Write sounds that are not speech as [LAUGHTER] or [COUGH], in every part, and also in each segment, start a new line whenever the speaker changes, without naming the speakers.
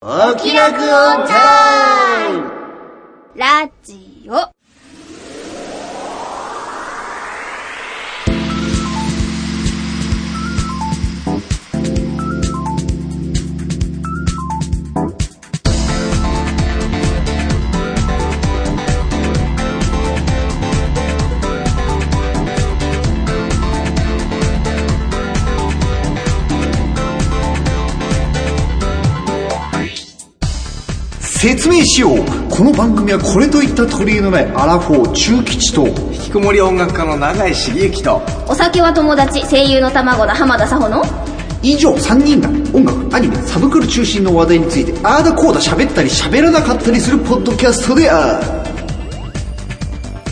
お気楽オンタイム
ラジオ。
説明しようこの番組はこれといった取り柄のないアラフォー中吉と
引きこもり音楽家の永井茂之と
お酒は友達、声優の卵の浜田さほの。
以上3人が音楽アニメサブクル中心の話題についてああだこうだ喋ったり喋らなかったりするポッドキャストである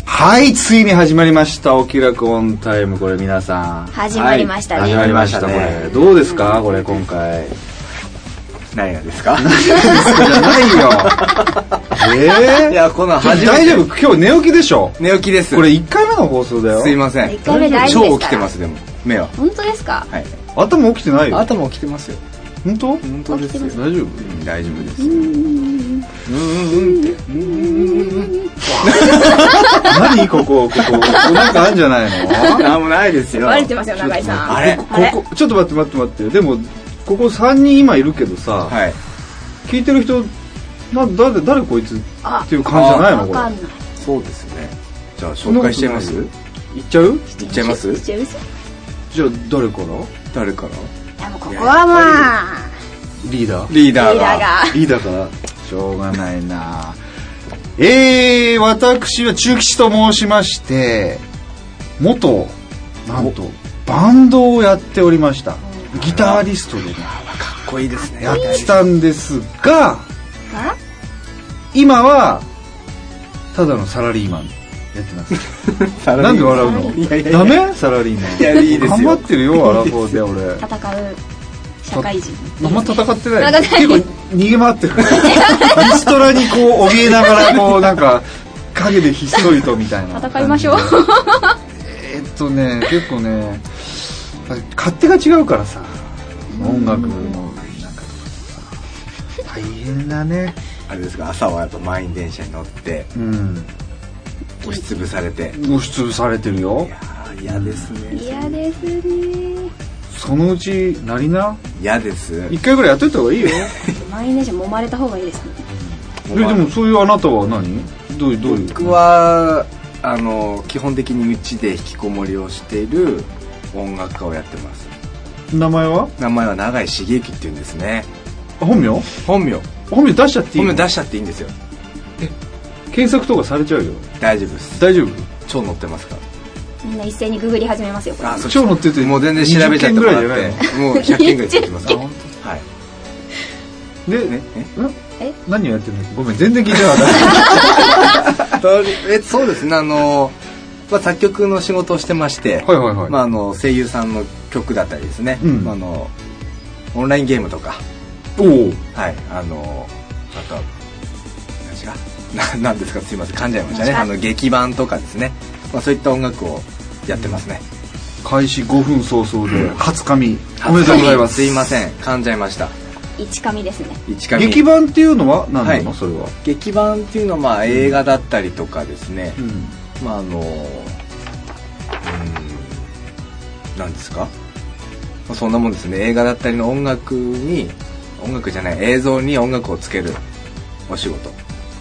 はい、ついに始まりました。お気楽オンタイム、これ皆さん。
始まりましたね
はい始まりました、こ
始まりました
れ。どうですかこれ、今回。
何がですか
じゃ
[LAUGHS]
ないよ。えー、
いやこの初めて
大丈夫今日寝起きでしょ
寝起きです
これ1回目の放送だよ。
すいません
一回目大丈夫ですか
超起きてますでも目は
本当ですか
はい
頭起きてないよ。
頭起きてますよ
本当
本当ですよ
起きて
大丈夫大丈夫です [LAUGHS]
何ここ、ここ。なんかあんじゃない
[LAUGHS]
の
なんもないですよ
バレてますよ、永井さん。
あれ
あれ
ここ、ちょっと待って待って待って。でも、ここ3人今いるけどさ、
はい
聞いてる人、な、誰、誰こいつっ
あ
ていう感じじゃないの
わ
こ
か
れ
ん。ない。
そうですよねじゃあ紹介しちゃいます
そんな行っちゃう
いっちゃいます
しちゃいます
じゃあ誰から
誰から
いやもうここはまあ、
リーダー
リーダー
リーダー
が
が。
いいだからしょうがないなえー、私は中吉と申しまして元なんとバンドをやっておりましたギタリストでね
かっこいいですね
やってたんですが
が
今はただのサラリーマンやってます
サラ
なん
リ
で
ーマン
笑うの
いやいやいや
ダメサラリーマン
いやいいですよ
頑張ってるよアラフォーで俺
戦う社会人。
あんま戦ってない
戦ってない
結構逃げ回
[LAUGHS]
ってるリストラにこう怯えながらこうなんか陰でひっそりとみたいな
戦いましょう。
えーっとね結構ね勝手が違うからさ音楽のなんかとかさ大変だね
あれですか朝はやっぱ満員電車に乗って
うん
押しつぶされて
押しつぶされてるよ
いやー嫌ですね
嫌ですね。
そのうちなりな
嫌です
一回ぐらいやっといた方がいいよ
毎日揉まれた方がいいですね。
[LAUGHS] えでもそういうあなたは何どういうどういう
僕はあの基本的にうちで引きこもりをしている音楽家をやってます
名前は
名前は永井茂之っていうんですね
あ本名
本名
本名出しちゃっていい
本
の
名出しちゃっていいんですよ
検索とかされちゃうよ
大丈夫です
大丈夫
超載ってますか
みんな一斉にググり始めますよ、これ。
ら
超載ってて
もう全然調べちゃってもら
20件ぐらいじ
ってもう100件ぐらい載ってます
20
はい
で、
ね
え
何をやってるんですかごめん全然聞いてなかっ
えそうですねあの、まあ、作曲の仕事をしてまして、
たはいはい [LAUGHS] はい、
まあ、あの声優さんの曲だったりですね、
うん
まああのオンラインゲームとか
おお
はいあのあとは何ですかななんですかすいません噛んじゃいましたね
間違
あ
え
の劇版とかですね、まあ、そういった音楽をやってますね、
開始5分早々で初紙おめでとうございます
すいません噛んじゃいました
一紙ですね。
一紙
劇版っていうのは何なの、
はい
それは、
劇版っていうのはまあ映画だったりとかですね、
うん、
まああのうん何ですか、まあ、そんなもんですね映画だったりの音楽に音楽じゃない映像に音楽をつけるお仕事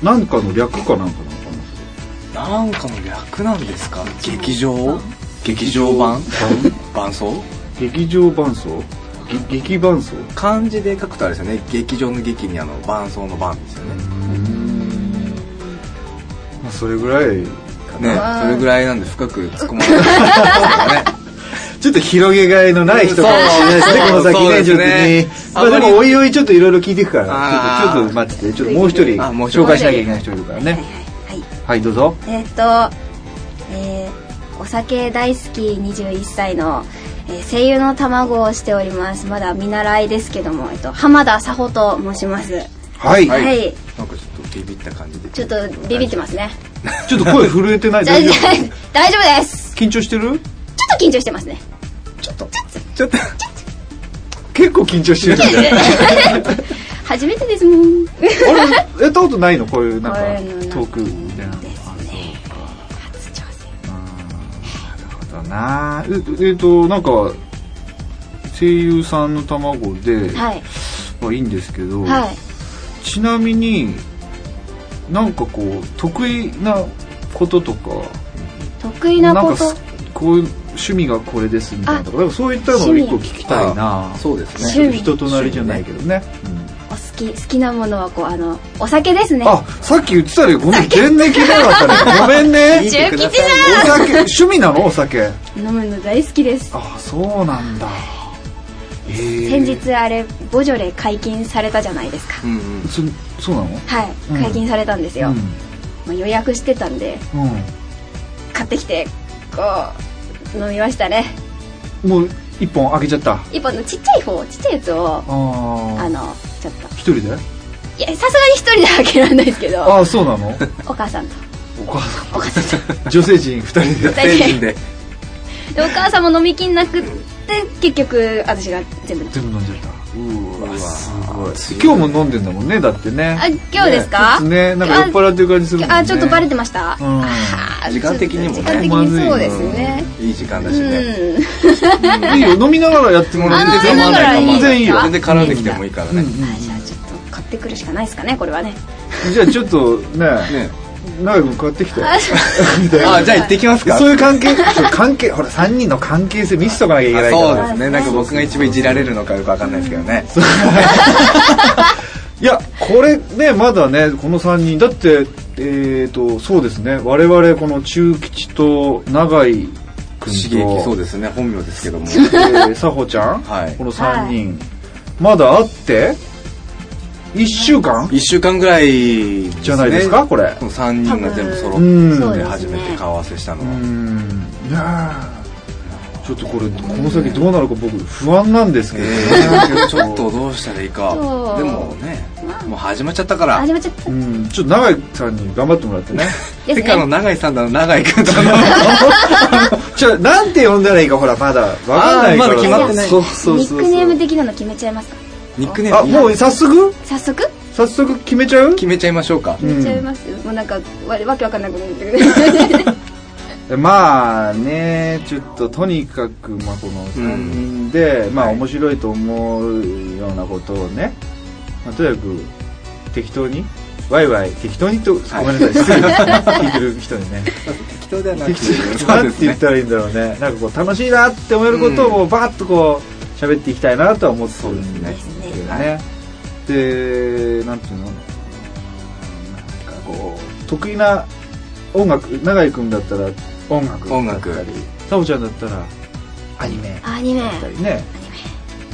なんかの略かなんかなのかな
なんかの略なんですか劇場劇場版 [LAUGHS] 伴奏
劇場伴奏ぎ劇伴奏
漢字で書くとあれですよね劇場の劇にあの伴奏の伴ですよね
まあそれぐらいかな
ね
わー
それぐらいなんで深く突っ込ま
[LAUGHS]
れない
ちょっと広げがいのない人かもしれないですね、
そう
この先ね、ち
そ
ょっと
うで
ね。
すね
まあでも、おいおいちょっといろいろ聞いていくか
あ
ら、
ー
ちょっとちょっと待ってて、ちょっともう一人、
あもう一人
紹介しなきゃいけない人いるからね。
はい。
はい、どうぞ。
えーっと、えーお酒大好き21歳の、えー声優の卵をしております。まだ見習いですけども、えっと、浜田さほと申します。
はい。
はい、
なんかちょっとビビった感じで
ちょっとビビってますね。
ちょっと声震えてない
大
大
丈
丈
夫
夫
大丈夫です。
緊張してる
ちょっと緊張してますね。
ちょっとちょっと
結構緊張してるんだよ。
は初めてですもん
あれやったことないのこういうなんか
こういうのな
トークみたいな
で
あ
すね初挑戦
そうだなええっとなんか声優さんの卵で、
はい
まあ、いいんですけど、
はい
ちなみになんかこう得意なこととか
得意なこ
んか
と
すこういう趣味がこれですみたいなとかなんかそういったのを一個聞きたいな
そうですね
趣味
人となりじゃないけどね、うん
お好き好きなものはこうあのお酒ですね
あさっき言ってたよごめん全然聞いてなかったねごめんね
い中吉じゃん
お酒趣味なのお酒
飲むの大好きです
あそうなんだへえ
先日あれボジョレ解禁されたじゃないですか
うんうん
そそうなの
はい
うん
解禁されたんですよ、まあ、予約してたんで
うん、
買ってきてこう飲みましたね
うん、もう一本開けちゃったあ
一本のちっちゃい方ちっちゃいやつをあ
あ
のちょっと
一人で
いやさすがに一人では開けられないですけど
ああそう
[LAUGHS]
なの
お母さんと
お母さん女性陣二人で
大
成
体
人で
でお母さんも飲みきんなくって結局私が全部
全部飲んじゃった
うわ
す
す
ごい今日も飲んでんだもんねだってね
あ今日ですか
ねなんか酔っ払ってる感じするもんね
あちょっとバレて
ま
ました、
うん
あー
時間的にもね
ちょっと時間的にそうですね、
いい時間だし
う
ね
ん、
いいよ飲みながらやってもらって
あ飲みながらいいですか
全然いいよ
全然絡んできてもいいからね
うん
あじゃあちょっと買ってくるしかないですかねこれはね
じゃあちょっとね
ね
長く買ってきて
あじゃあ行ってきますか
そういう関係そう関係ほら3人の関係性見せとかなきゃいけないか
そう
ら
ですねなんか僕が一番いじられるのかよくわかんないですけどね
いやこれねまだねこの3人だってえっ、とそうですね我々この中吉と永井君
刺激
と
そうですね本名ですけども
えー、さほちゃん、
はい
この3人、まだ会って1週間
1週間ぐらいですね
じゃないですかこれ
この3人が全部揃
う
っ
ん
て
ん
初めて顔合わせしたの
う
は
んいやーちょっとこれこの先どうなるか僕不安なんですけどね、
えーちょっとどうしたらいいか
そう
でもねもう始まっちゃったから
始まっちゃった
うんちょっと永井さんに頑張ってもらって
[LAUGHS]
ね
です
てかあの
ね
永井さんだの永井君だの
ちょなんて呼んだらいいかほらまだわかんないから
あーまだ決まってない
そうそう
ニ
そ
ッ
うそう
クネーム的なの決めちゃいますか
ニックネ
あ
ーム
もう早速
早速
早速決めちゃう
決めちゃいましょうか
決めちゃいます、もうなんかわわけわかんなくなってくる
まあねちょっととにかく、まあ、この3人で、まあ
はい
面白いと思うようなことをね、まあ、とにかく適当にワイワイ適当にとご
はい
めんなさい失礼
[LAUGHS]
聞いてる人にね
適当ではな
適当だなって言ったらいいんだろうねなんかこう楽しいなって思えることをもうバーッとこう喋っていきたいなとは思ってるんで
そうですす
け
ね
どねでなんていうのなんかこう得意な音楽永井君だったら音楽
音
だっ
楽
たりサボちゃんだったらアニメ
[LAUGHS]
だ
アニメ
ったりね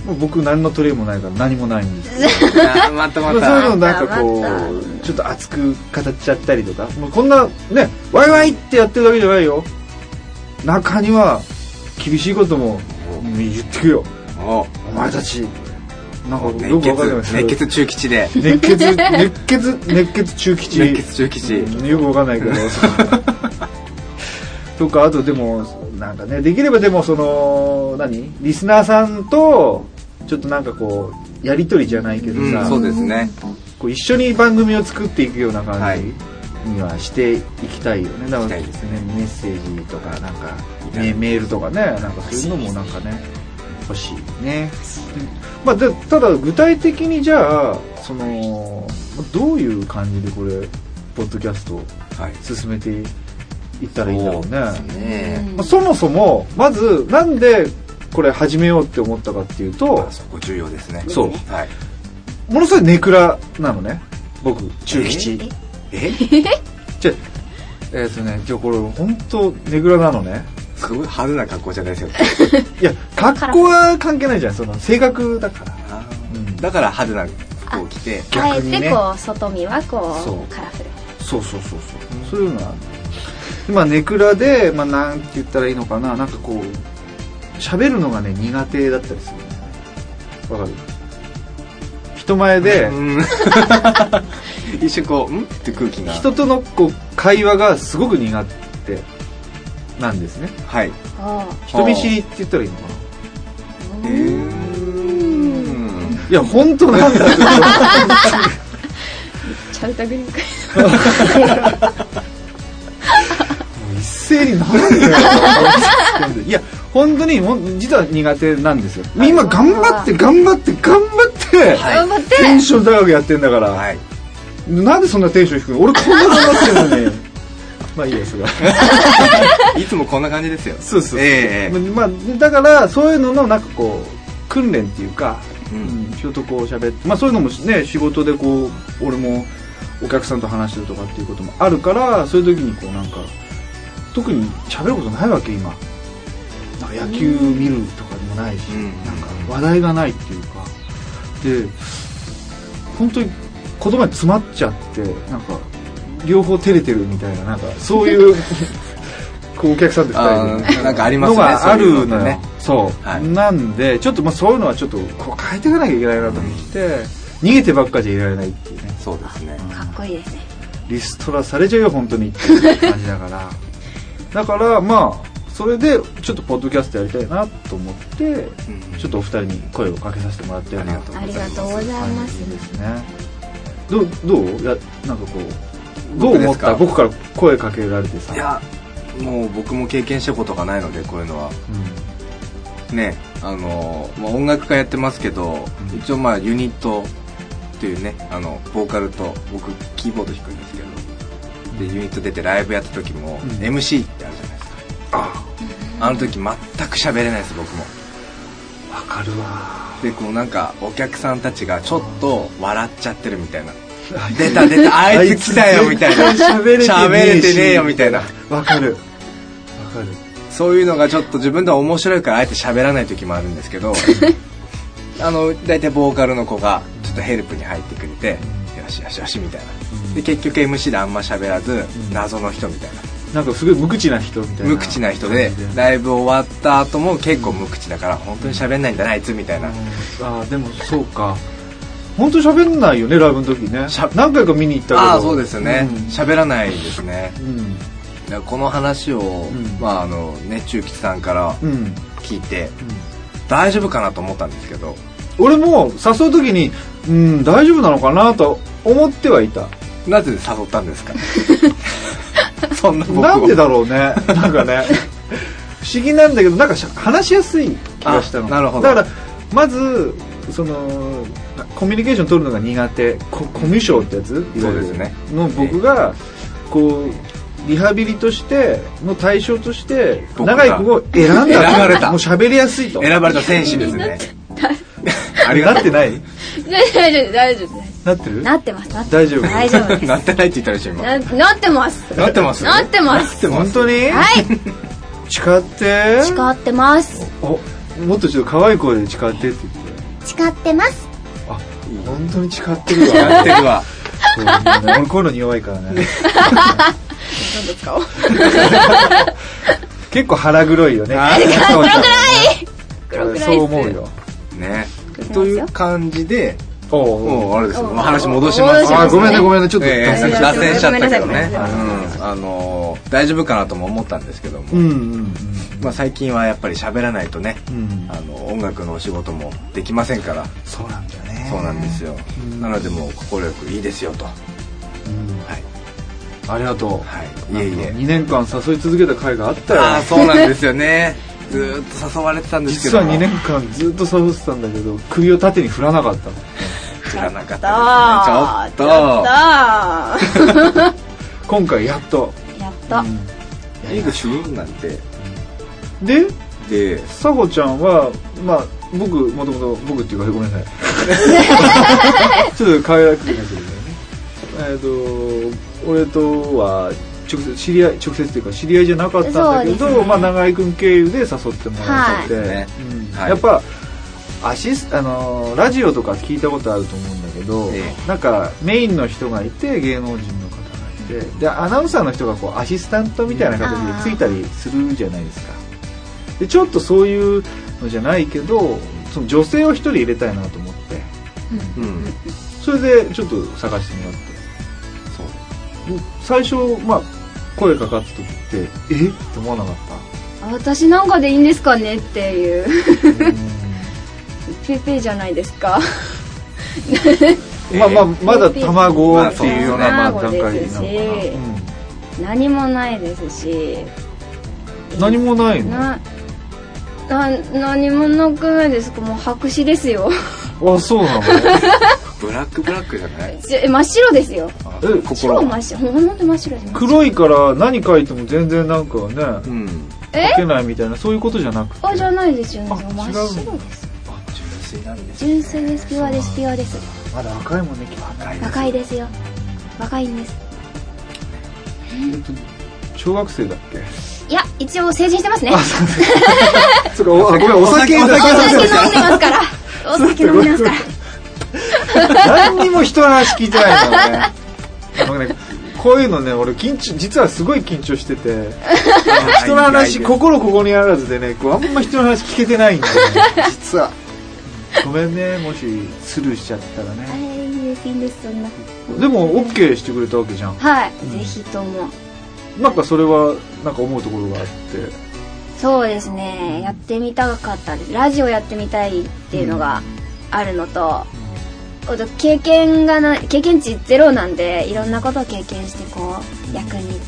もう僕何の取り柄もないから何もないんですけど
あーまたま
まあそういう
た
のなんかこ
また
うちょっと熱く語っちゃったりとかもうこんなねワイワイってやってるだけじゃないよ中には厳しいことも言ってくよ
お
お前たちなんかよ
熱
くわかんない
血熱血中吉で
熱血熱血熱血中吉
熱血中吉
うんよくわかんないけ
[LAUGHS]
どとかあとでもなんかねできればでもその何リスナーさんとちょっとなんかこうやり取りじゃないけど
う
さ、
んそうですね
こう一緒に番組を作っていくような感じ、
はい
にはしていきたいよねだから
したい
で
です
ねメッセージとかなんか
い
メ
や
メールとかねなんかそういうのもなんかね欲しいねまあ、でただ具体的にじゃあそのどういう感じでこれポッドキャストを
はい
進めていったらいいんだろうね
そうですね
まあそもそもまずなんでこれ始めようって思ったかっていうと
あそこ重要ですね
そう
はい
ものすごいネクラなのね僕中吉
え
じゃあえっ、とねじゃあこれ本当ネクラなのね
すごい派手な格好じゃないですよ
いや格好は関係ないじゃんその性格だから
あー
うん
だから派手な服を着て
あえ
逆にね
てこう外見は
そう
こうカラフル
そうそうそうそう、そういうのはまあネクラで、まあ、なんて言ったらいいのかななんかこう喋るのがね苦手だったりするんだよねわかる人前で
うん [LAUGHS] 一瞬こう「ん?」って空気が
人とのこう会話がすごく苦手なんですね
はい
おー
人見知りって言ったらいいのかな
うーん
いや本当なんだけど
ちゃうたぐりか
一斉になんだよいや本当にほん実は苦手なんですよ、今頑張って頑張って頑張って、
はい
頑張 [LAUGHS] って
テンション高くやってんだから、
はい
なんでそんなテンション低くの俺こんな頑張ってるのに [LAUGHS] まあいいですが
いつもこんな感じですよ
そうそう
えええ
まあ、だからそういうののなんかこう訓練っていうか、
う
うんん、人とこう喋って、まあ、そういうのもね仕事でこう俺もお客さんと話してるとかっていうこともあるからそういう時にこうなんか特に喋ることないわけ今なんか野球見るとかでもないし、
うん
なんか話題がないっていうかで本当に言葉に詰まっちゃってなんか両方照れてるみたいななんかそういう
[LAUGHS]
こうお客さんと二人で
あーなんかありますね
のがある
そういうの
の
ね
ねそう、
はい
なんでちょっとまあそういうのはちょっとこう変えていかなきゃいけないなと思って、逃げてばっかじゃいられないっていうね
そうですね
っこいいですね
リストラされちゃうよ本当にっていう感じだから
[LAUGHS]
だからまあそれでちょっとポッドキャストやりたいなと思って
うん
ちょっとお二人に声をかけさせてもらったような
ありがとう
ありがとうござい
感
ます
じですねどうどうやなんかこうどう
僕で
思っ
すか
た僕から声かけられてさ
いやもう僕も経験したことがないのでこういうのは
う
ねあの、まあ、音楽家やってますけど、
うん
一応まあユニットっていうねあのボーカルと僕キーボード弾くんですけどでユニット出てライブやった時も、
うん
MC ってあるじゃないですかあの時全く喋れないです僕
ん
も
わかるわ
でこうなんかお客さんたちがちょっと笑っちゃってるみた
[LAUGHS]
いな出た出たあいつ来たよみたいな
喋れてねえし
喋れてねえよみたいな
わかるわかる
そういうのがちょっと自分では面白いからあえて喋らない時もあるんですけ [LAUGHS] どあの大体ボーカルの子がちょっとヘルプに入ってくれて「よしよしよし」みたいなで結局 MC であんま喋らず
ん
謎の人みたいな
なんかすごい無口な人みたいな
無口な人で
感じ
ライブ終わった後も結構無口だから本当に喋んないんだなあいつみたいな
ああでもそうか本当喋んないよねライブの時ね
しゃ
何回か見に行ったけど
ああそうですよね
うん
喋、らないですね
うん
だからこの話を、
ん
まああのね中吉さんから
うん、うん
聞いて、大丈夫かなと思ったんですけど
俺も誘う時にうん大丈夫なのかなと思ってはいた
なぜ誘ったんで
[LAUGHS]
すかそんな僕を
なんでだろう
[LAUGHS]
ねなんかね不思議なんだけどなんかしゃ話しやすい気がしたの
あなるほど
だからまずそのコミュニケーション取るのが苦手ココミュ障ってやついわゆる
そうですね
の僕がこうリハビリとしての対象として
僕が
長い子を選んだ
選ばれた
もう喋りやすいと
選ばれた選手です
[LAUGHS]
ねありが
な
と
っ
う
てない
大丈夫大丈夫です
なってる
なってますなって
大丈夫
大丈夫です
なってないって言ったらしい今
ななってます
なってます
なってます
本当に
はい
誓って
誓ってます
おもっとちょっと可愛い声で誓ってって言って
誓ってます
あ本当に誓ってるわ
なってるわ
そうなんだ俺こういうのに弱いから [LAUGHS] ね
何ですか
[LAUGHS] 結構腹黒いよね
黒くない
黒
黒くないっす
そう思うよ
ね
すよ
という感じで
おうおう
もうあれですよ
お
話戻します
戻しますねあごめん
ねごめんねちょっと
ええ
脱
線しちゃった
脱線しちゃったけど
ごめ
ね
んなさいごめんな
うんあのー大丈夫かなとも思ったんですけども、
うんうんうん
まあ、最近はやっぱり喋らないとね、
うん
あの音楽のお仕事もできませんから
そうなんだよね
そうなんですよ
うん
なのでもう快くいいですよとは
うん
い、
ありがとう
はい、いえいえ
2年間誘い続けた回があったよ
ああそうなんですよ [LAUGHS] ねずーっと誘われてたんですけ
実
ど
は2年間ずっと誘ってたんだけど首を縦に振らなかったの
振らなかったですねちょっと
あ [LAUGHS]
今回やっと
ーやったやっ
いいですよなんて
で
で
さほちゃんはまあ僕もともと僕っていうかごめんな
[LAUGHS]
さいちょっと可愛らしくなってるんだよねえっ、と俺とは直接知り合い直接っていうか知り合いじゃなかったんだけ
そう
ど、
ですね
まあ長井君経由で誘ってもらって、
はいね
うん
はい
やっぱアシスあのーラジオとか聞いたことあると思うんだけど、
え
なんかメインの人がいて芸能人の方がいてでアナウンサーの人がこうアシスタントみたいな形でついたりするじゃないですかでちょっとそういうのじゃないけどその女性を一人入れたいなと思って
うん
それでちょっと探してもらって
そう
最初まあ声かかった時ってえって思わなかった
[LAUGHS]
私なんかでいいんですかねっていう
うん
ペペじゃないですか
まあまあまだ卵っていうようなまあ
卵
段階
です
な
し
のかな、
何もないですし
うん、何もないの
なな何もなくないですかもう白紙です [LAUGHS] よ
あそう [LAUGHS] なの
ブラックブラックじゃない
ちょ真っ白ですよ
あ
え
超
心
真っ白ほんと真っ白です
黒いから何書いても全然なんかね
うん
え
書けないみたいなそういうことじゃなくて
あじゃないですよね
あ
真っ白です
あ純粋なん [LAUGHS] です
純粋ですピュアですピュアです
まだ赤いもんねきっと
赤い
若いで
です
すよ若いんです
小学生だっけ
いや一応成人してますね
そっかごめん
お酒
お酒飲
だ
んでますからお酒飲んでますから
何にも人の話聞いてないからねなんかねこういうのね俺緊張実はすごい緊張してて人の話心ここにあらずでねこうあんま人の話聞けてないんだよね実はごめんねもしスルーしちゃったら
あ
ね
れいいですいいんですそんな
でも OK してくれたわけじゃん
はい、ぜ
ん
ひとも
なんかそれはなんか思うところがあって
そうですねやってみたかったですラジオやってみたいっていうのがあるのと、あと経験がな経験値ゼロなんでいろんなことを経験してこう役に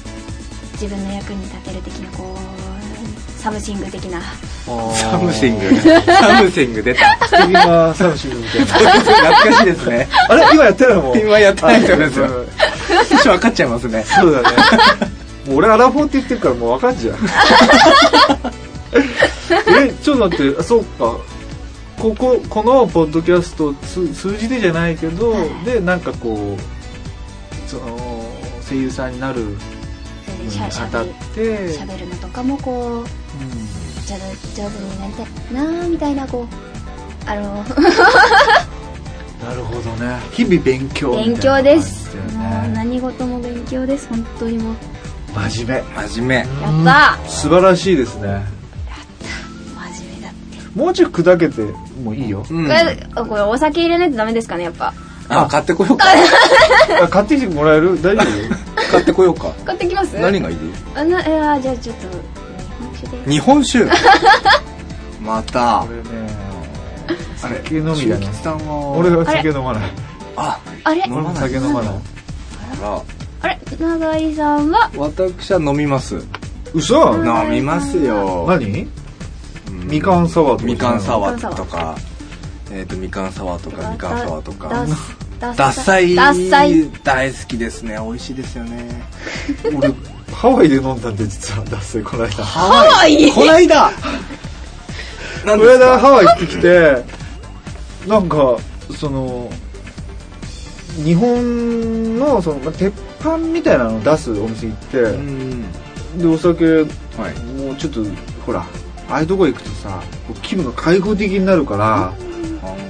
自分の役に立てる的なこうサムシング的な
サムシン
グ
グサムシング出 [LAUGHS] た
素敵なサムシングみたい
[LAUGHS]
な
懐かしいですね
あれ今やってないもん
[LAUGHS] 今やってないってことです
あごめんごめ
よ
ん
一緒分かっちゃいますね
そうだね。もう俺アラフォーって言ってるからもう分かんじゃん。え、ちょっと待って、あそっか。ここ、このポッドキャスト、つ数字でじゃないけど、で、なんかこう、その、声優さんになるに
それでしゃ
あ
しゃ
たっ
べ
て、
しゃべるのとかもこう上手上手になりたいなあみたいなこうあの
うんなるほどね。日々勉強み
勉
たいな
強です、
感じだよ
もう
ね
何事も勉強です本当にもう
真面
真面
目。
やった
うん素晴らしいですね。
真面目だって
もうちょい砕けてもいいよ。
目うん
これこれお酒入れないとダメですかねやっぱ
あ買ってこよ [LAUGHS] うか
あ買ってきてもらえる大丈夫
買ってこようか
買ってきます
何がいい
あなえーじゃあちょっと日本酒で
日本 [LAUGHS] 酒また
これね
あれ
酒飲みだね
中吉さんは
俺は酒飲まない
あ
あれ
俺
飲ま
も
ない
酒飲まない
ら
あれ永井さんは
私は飲みます
嘘
飲みますよ、
何
うん
みかんサワーとか
みかんサ
ー
ワーとかえっ、とみかんサワーとかみかんサワーとか
だだ
獺祭
獺祭
大好きですね美味しいですよね
俺ハワイで飲んだんで実は脱水この間こ
ハワイこないだなん
の
です
間ハ
か
ワイ行ってきてなんかその日本のそのまあ鉄板みたいなのを出すお店行って、
うん
でお酒
はい
もうちょっとほらああいうとこ行くとさこう気分が開放的になるから、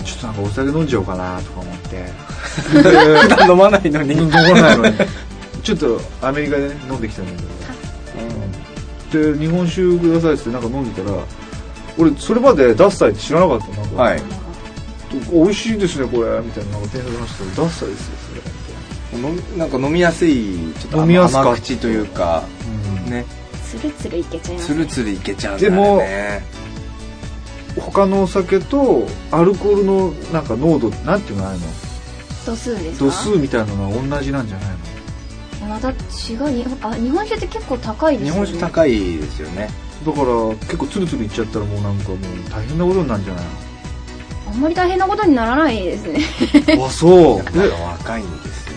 ちょっとなんかお酒飲んじゃおうかなとか思って
[LAUGHS] 普段飲まないのに
飲まないのにちょっとアメリカで、ね、飲んできたんだけど、うん、で日本酒くださいっつってなんか飲んでたら俺それまでダッサイって知らなかったなんか、
はい
美味しいですねこれみたいななんか店員さん話してたらダッサイですよそれみ
飲なんか飲みやすいちょっと
飲みやすかった
甘口というか
たいな、
ね
つるつるいけちゃいます
つるつるいけちゃうんだ
でも
よね
他のお酒とアルコールのなんか濃度なんていうのああいうの
度数ですか
度数みたいなのが同じなんじゃないの
また違う日本あ日本酒って結構高いで
日
すよ
本
ね
酒高いですよね
だから結構ツルツルいっちゃったらもうなんかもう大変なことになるんじゃない
あんまり大変なことにならないですね
の [LAUGHS] あそう
だから若いんですよ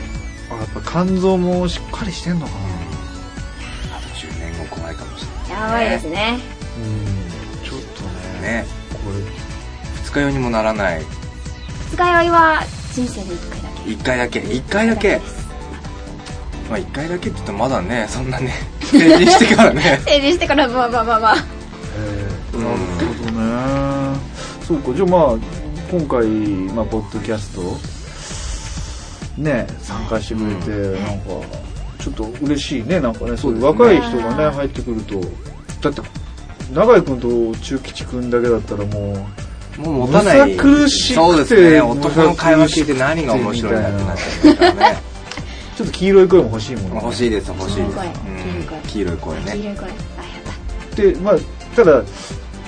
あやっぱ肝臓もしっかりしてんのかな
あと10年後怖いかもし
やばいですね
うんちょっと
れ
ね
ないね
これ
二日酔いにもならない
二日酔いは人生で一回だけ
一回だけ一回だけ
です
まあ一回だけって言ってもまだねそんなね [LAUGHS] 成人してからね
成人してからまあまあまあまあ
えー
うん
なるほどねそうかじゃあまあ今回、まあ、ポッドキャストね参加してくれて、なんかちょっと嬉しいねなんかねそういう若い人がね入ってくるとだって永井君と中吉君だけだったらもう
もう持たない
むさ苦しくて
そうですね男の会話聞いて何が面白いんだってなっちゃうからね
ちょっと黄色い声も欲しいもんね、
[LAUGHS] まあ欲しいです欲しいですうん黄色い声
黄
ね
色い声あやった
でまあただ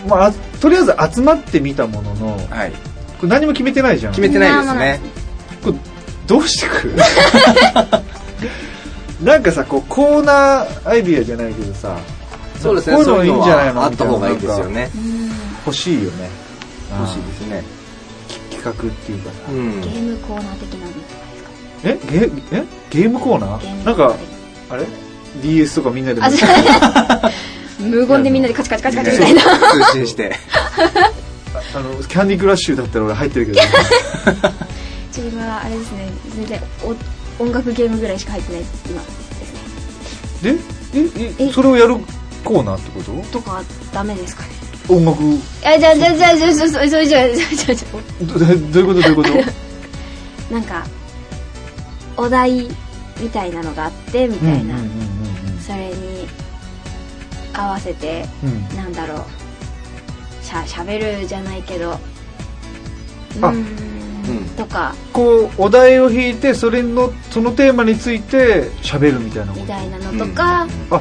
まああとりあえず集まってみたものの
はい
れ何も決めてないじゃん
決めてないですね
これどうしてくなんかさこうコーナーアイディアじゃないけどさ
そうですね
こういう
そう
の
い
いうい
の
んじゃないの
はあった方がいいですよ
みた
ね
な欲しいよね
欲しいですね
企画っていうかさ
うん
ゲームコーナー的なの
えゲえゲームコーナ
ゲー
ー
ム
なんかあれ DS とかみんなで
あじゃあ
[LAUGHS]
無言でみんなでカチカチカチカチみたいな
通信して
あのキャンディークラッシュだったら俺入ってるけど
自分はあれですね全然お音楽ゲームぐらいしか入ってない今ですね
でええ
え
それをやるコーナーってこと
とかダメですかね
音楽 [LAUGHS]
いやじゃあじゃあじゃあじゃあじゃあそれじゃあじゃあじゃあじゃ
どどういうことどういうこと
あなんかお題みたいなのがあってみたいな、それに合わせて
うん
なんだろうしゃしゃべるじゃないけどう
あ
ーん
うん
とか
こうお題を引いてそれのそのテーマについて喋るみたいなこと
みたいな
[LAUGHS]
のとか、
あ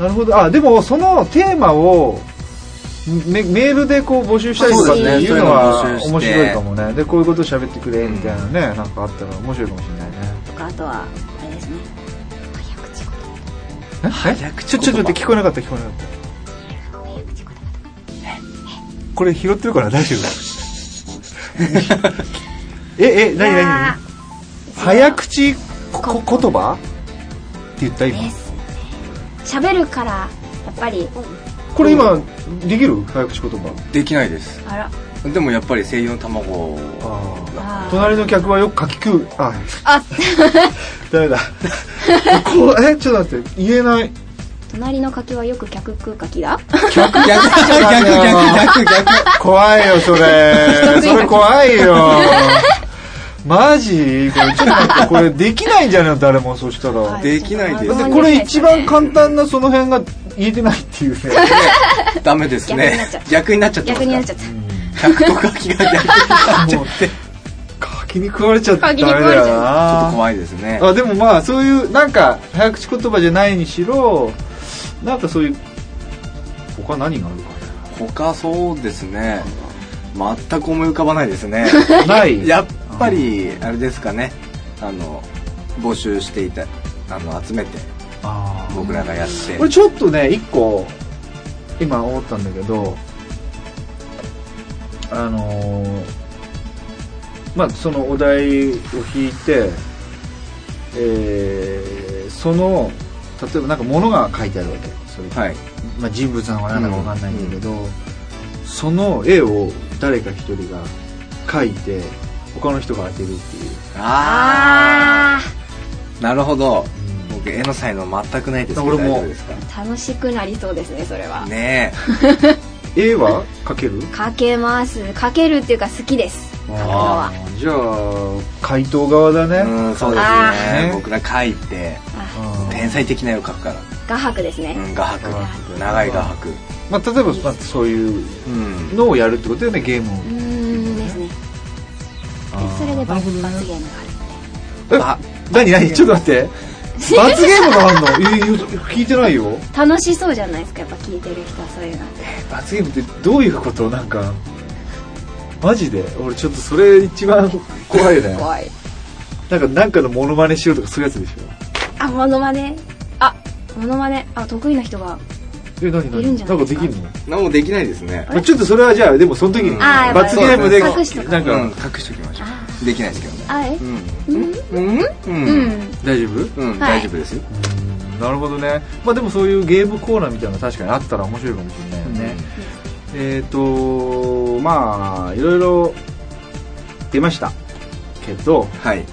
なるほどあでもそのテーマをメメールでこう募集したりとかっ
そ
て
うですね
いうのは
そういうのを募集して
面白いかもねでこういうこと喋ってくれみたいなね、なんかあったら面白いかもしれないね
とかあとはあれですね早口言葉
ええちょちょっと待って聞こえなかった聞こえなかった
早口言葉
これ拾ってるから大 [LAUGHS] 丈夫ええ何
い
何
や
何早口ここ言葉って言った今
ですー喋るからやっぱり
これ今できる早口言葉
できないです
あら
でもやっぱり声優の卵
あー
隣の客はよくかき食うあ
あ
[LAUGHS] ダメだこうえちょっと待って言えない
隣の柿はよく客食う柿だ
逆逆逆逆逆
怖いよ
[LAUGHS]
それそれ怖いよマジこれちょっと
[LAUGHS]
待ってこれできないんじゃないの誰もそしたら、
はい
[LAUGHS] できないです
だってこれ一番簡単なその辺が言えてないっていうね
[LAUGHS]
ダメですね逆になっちゃった
逆になっちゃっ
逆と書きが逆になっちゃってち
柿に食われちゃったら
柿に
ダ
食
メ
わ
だ
れちゃう
よ
ょっと
な
怖いですね
あでもまあそういうなんか早口言葉じゃないにしろなんかそういう他何があるか
他そうですね全く思い浮かばないで
[LAUGHS]
すね
なない
やっぱりあれですかねあの募集していたあの集めて
あー
僕らがやって
これちょっとね一個今思ったんだけどあのーまあそのお題を引いて、えーその例えばなんか物が書いてあるわけそれ、
はい
まあ、人物なのか何なのか分かんないんだけど、その絵を誰か一人が描いて他の人が当てるっていう
ああなるほど
うん
僕絵の才能全くないですけど
俺も
大丈夫ですか
た楽しくなりそうですねそれは、
ね
絵は描ける
かけますかけるっていうか好きです書くのは
あーじゃあ回答側だ [LAUGHS]
え
ね、
うんそうです
あ
ね
ー
僕ら描いて
うん
天才的な絵を描くから
画伯ですね、
うん画
画
伯長い画伯
まあ、例えば、まあ、そういう
うん
のをやるってことだよねゲームを
うーんですねそれで罰罰ゲームがある
あ
何何ちょっと待
[LAUGHS]
って罰ゲームがあんのええ聞いてないよ
楽しそうじゃないですかやっぱ聞いてる人はそういうの
罰ゲームってどういうことなんかマジで俺ちょっとそれ一番怖いよね
怖い
なんかなんかのモノマネしようとかそういうやつでしょ
あモノマネあモノマネあ得意な人が
え何
いるん
何
じ
な
ゃ
ん
な
か
いで
ですき
か
るの
何もできないですね
まあちょっとそれはじゃあでもその時に
あーやっぱ
罰ゲームで
そうですね
なん
うん
か
隠しときましょうできないですけどね
あえ
うんうん
う、
うんん
大丈夫
うん
はい
大丈夫ですよ
なるほどねまあでもそういうゲームコーナーみたいなの確かにあったら面白いかもしれないよね、えっ、とまあいろいろ出ましたけど
は
は
い
い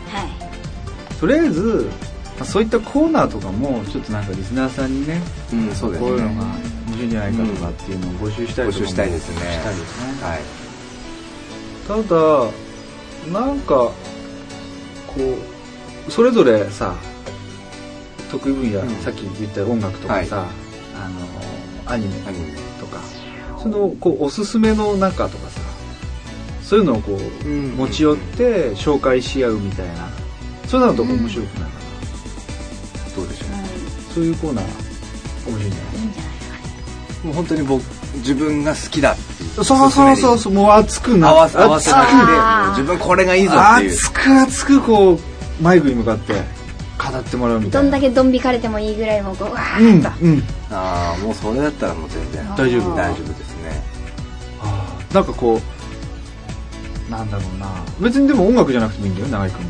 とりあえずまあそういったコーナーとかもちょっとなんかリスナーさんにね
うんそうです
こういうの
ね
が面白いんじゃないかとかっていうのを募集したり
募
とかも
集したいですね
したいですね
はい
ただなんかこうそれぞれさ得意分野、
うん
さっき言った音楽とかさ、あのアニメ
アニメ
とかそのこうおすすめの中とかさそういうのをこう、
うん
持ち寄って紹介し合うみたいなそういうのとか面白くないかな、
どうでしょ
う
そういうコーナー面白いんじゃない
んいいんじゃないですかね
うもう本当に僕自分が好きだっていう
そうそうそうそうもう熱くな
合わせ合わせなくて
熱く
もう自分これがいいぞっていう
熱く熱くこうマイクに向かって語ってもらうみた
ど
い
ん
な
だけドン引かれてもいいぐらいもうこうわ
う
ー
ん
っと、
うん
ああもうそれだったらもう全然
大丈夫
大丈夫ですね
あーなんかこうなんだろうな別にでも音楽じゃなくてもいいんだよ長井君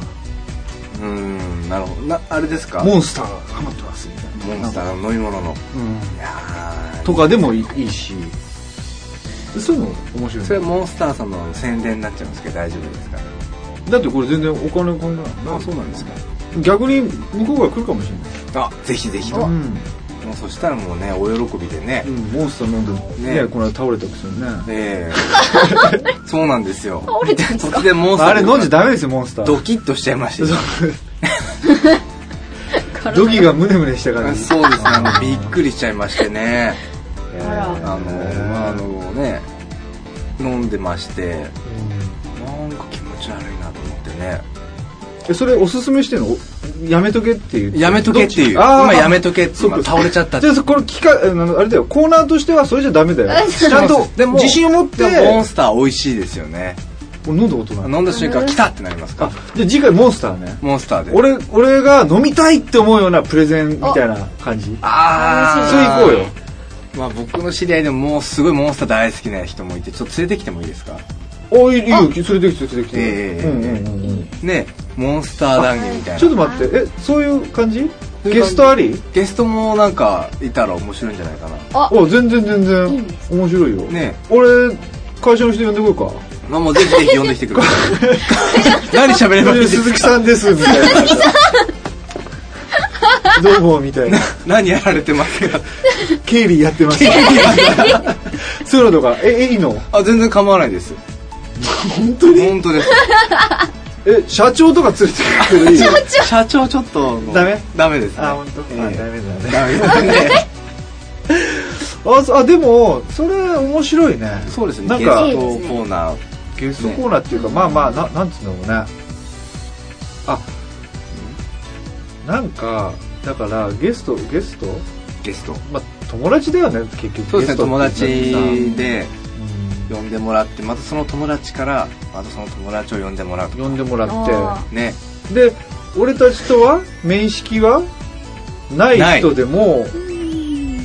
うーんなるほどなあれですか
がモンスターがハマってますみたいな
モンスターの飲み物の
うん
いやー
とかでもいいいいしそういうの面白いね
それモンスターさんの宣伝になっちゃうんですけど大丈夫ですか
だってこれ全然お金かかない
なんですか
逆に向こうが来るかもしれない
あぜひぜひと
う
も
ん
うそしたらもうねお喜びでね
うんモンスター飲んでね
ね
この間倒れたくするね
え [LAUGHS] えそうなんですよ
倒れたんですか
突然モンスター
あれ飲んじゃダメですよモンスター
[LAUGHS] ドキッとしちゃいました
そう
よ
ドキがムネムネしたからね
そうですねあのびっくりしちゃいましてね
あら
あのまああのね飲んでましてなんか気持ち悪いなと思ってね
えそれおすすめしてんのおやめとけっていう
やめとけっていう
あー
今やめとけって
そう
今
か
倒れちゃったって
じゃあそこの機械あのあれだよコーナーとしては [LAUGHS] それじゃダメだよちゃんと
でも
自信を持って
でもモンスター美味しいですよね
俺飲んだことない
飲んだ瞬間来たってなります
あ
か
じゃあ次回モンスターね
モンスターで
俺俺が飲みたいって思うようなプレゼンみたいな感じ
ああ
それ行こうよ
まあ僕の知り合いでももうすごいモンスター大好きな人もいてちょっと連れてきてもいいですか
おいいよ連れてきて連れてきて、
ええ
うんうんうんうん
ねモンスター談義みたいな
ちょっと待ってえそういう感じ
そういう感じ
ゲストあり
ゲストもなんかいたら面白いんじゃないかな
お全然全然
いいんです
面白いよ、
ね
俺会社の人呼んでこようか
まあもうぜひぜひ呼んできてください
[LAUGHS]
何喋ればいいですか
鈴木さんですみたいなどうもみたいな
何やられてますか
経理やってますそういうのとかええいいの
あ全然構わないです
本当
本当です
え社長とか連れてくる社
社長ちょっともう
ダメ
ダメですね
あ本当、
え
あ
え
ダメだね
ダメです [LAUGHS] ね
あそあでもそれ面白いね
そうですね
なん
ゲ
か
ストコーナー
ゲストコーナーっていうか、まあまあななんつうんだろうねあなんかだからゲストゲスト
ゲスト
まあ友達だよね結局
そうです
ゲ
ね
スト
友
って言ったら
達で
さ
呼んでもらってまたその友達からまたその友達を呼んでもらうと
うん呼んでもらっ
あ
ね
てで俺たちとは面識はない人でも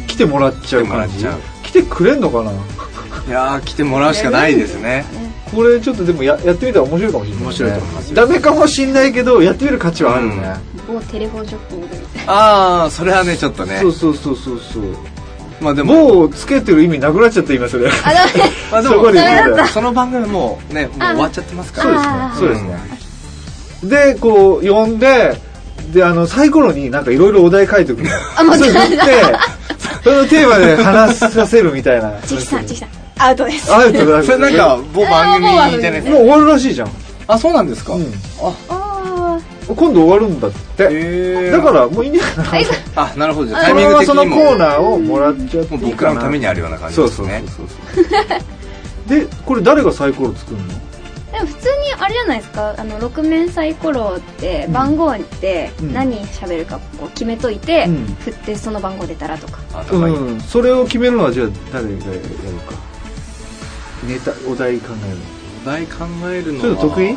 来てもらっちゃう感
来
じ
てもらっ
来てくれんのかない
やー来てもらうしかないですね
これちょっとでもややってみたら面白いかもしれない、ね、
面白いと思いますよ
ダメかもしんないけどやってみる価値はあるね、
某テレフォンショップみたいな
ああそれはねちょっとね
そうそうそうそうそう
まあでも
もうつけてる意味なくなっちゃった今それ
あだめ
まあで
そこで
も
言うんだよ
その番組もうねもう終わっちゃってますから
あ
そうですねそうですねでこう呼んでであのサイコロになんかいろいろお題書いておくのあ
間違えた
ってそのテーマで話させるみたい
[LAUGHS]
な
チキさんチキさんアウトです
アウトだ
それなんか某番組じゃないです
もう
か
終わるらしいじゃん、
あそうなんですか、
うん
あ
あ
今度終わるんだって、
え
だからもういいんじゃない
あなるほどじゃあタ
こ
イ
の
ミン
ま
グ
ま
的
そ
に
の
も
コーナーをもらっちゃってい
も
いうかな
僕らのためにあるような感じ
そ
で
う
す
そう
ね
そうそうでこれ誰がサイコロ作るの
ーでも普通にあれじゃないですかあの6面サイコロって番号って
うん
何喋るかこう決めといて、
うん
振ってその番号出たらとか
あ高い
うん、それを決めるのはじゃあ誰がやるかネタお題考える
お題考えるの
それ
は
と得意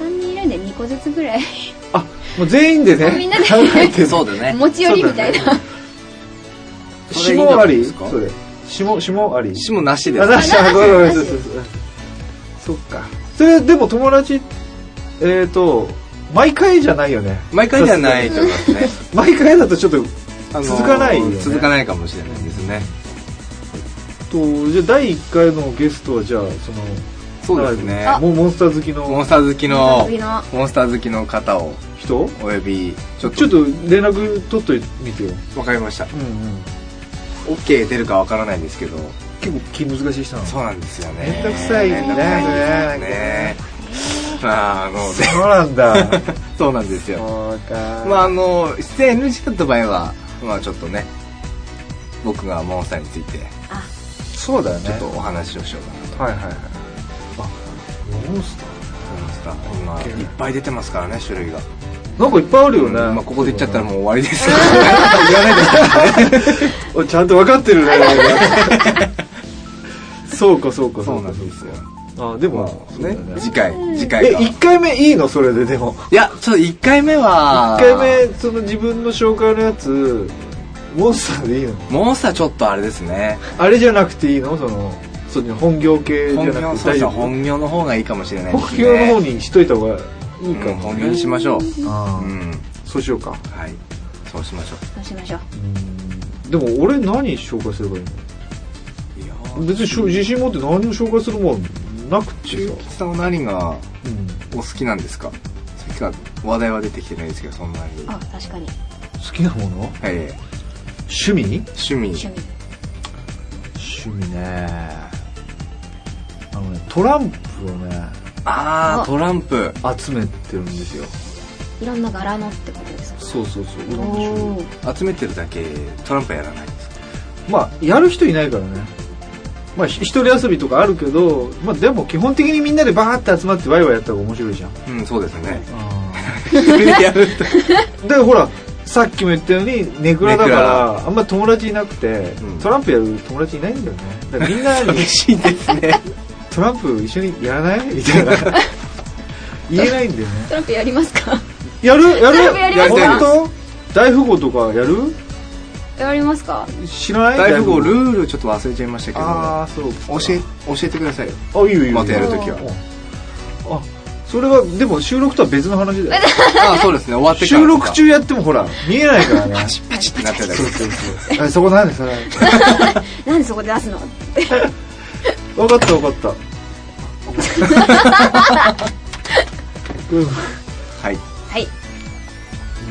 3人いるんで2個ずつぐらい
あもう全員でね
みんなで
考えてる
そうだね
[LAUGHS] 持ち寄りみたいな、
それいいんじゃ
下
な
あ
いで
り
すか
それ下下あり
死もなしで
あ
す
なしあごめんごめん
なし
そうそうそうそっかそれでも友達えっ、と毎回じゃないよね
毎回ではないと思いますね
[LAUGHS] 毎回だとちょっと
あのー
続かないよね
続かないかもしれないですね
とじゃあ第1回のゲストはじゃあその
そうですね
もうモンスター好き
モン
の
スター好きの
次の
モンスター好きの方を
人
お呼びちょっ
ちょっ
と
と連絡取っといてみてよ
わかりました
うんうん
OK 出るかわからないんですけど
結構気難しい人なの
そうなんですよね
めんどくさいね
めんどくさいですねまああので [LAUGHS]
そうなんだ
そうなんですよ
そうか
まああの出演 NG だった場合はまあちょっとね僕がモンスターについて
そうだよね
ちょっとお話をしようか
は
な
いはいはいあモンスター
と思いますが今いっぱい出てますからね種類が
なんかいっぱいあるよね、
まあ、ここで言っちゃったらもう終わり [LAUGHS] ですけど言わないですけど
おちゃんと分かってる [LAUGHS] ねそうかそうか
そうなんですよ
あでも、
ね
そうだね
次回次
え
回がい
一回目いいのそれででも
やちょっと1回目は
一回目その自分の紹介のやつモンスターでいいの
モンスターちょっとあれですね
あれじゃなくていいのそのそっちの本業系じゃ
本
な
業
くて
そう
大
した
丈
ら
夫
本業の方がいいかもしれないです
本
ね
業の方にしといた方がいいか
うん
も、
本業にしましょう
ああ
うん
そうしようか
はいそうしましょ
[LAUGHS] そうしましょう
でも俺何紹介すればいいう
いや
の別にしょ自信持って何を紹介するもんなくて
中
よ、
吉さんは何が
うん
お好きなんですかさっきから話題は出てきてないですけどそんなに
あ確かに
好きなもの
ええ
趣味
趣味
趣味
趣味ねあのねトランプをね
ああ
あ
トランプ
集めてるんですよ
いろんな柄のってことですか
そうそうそう
おおー
集めてるだけトランプやらないんですか
まあやる人いないからねまあひ一人遊びとかあるけど、まあ、でも基本的にみんなでバーって集まってワイワイやった方が面白いじゃん
うんそうです
[LAUGHS]
ね
やるとでほらさっきも言ったようにネクラだか
ネク
らあんま友達いなくて、
うん
トランプやる友達いないんだよねだからみんなに
しいですね
[LAUGHS] トランプ一緒にやらないみ
[LAUGHS]
たいな言えないんだよね
トランプやりますか
やるや
トラン
る
プやります
か
本当大富豪とかやる
やりますか
知らない
大富豪ルールちょっと忘れちゃいましたけ
あ
ど
あそう
教え教えてくださいよ
あいいよいいよ
またやるときは
あそれはでも収録とは別の話
[LAUGHS]
だよ
ああそうですね終わってから
収録中やってもほら見えないからね
[LAUGHS] パチパチってなってたけ
そうそう
[LAUGHS]
そうあそこなんでそれ
なんでそこで出すの
分かった分か
[LAUGHS]
った
はい
はい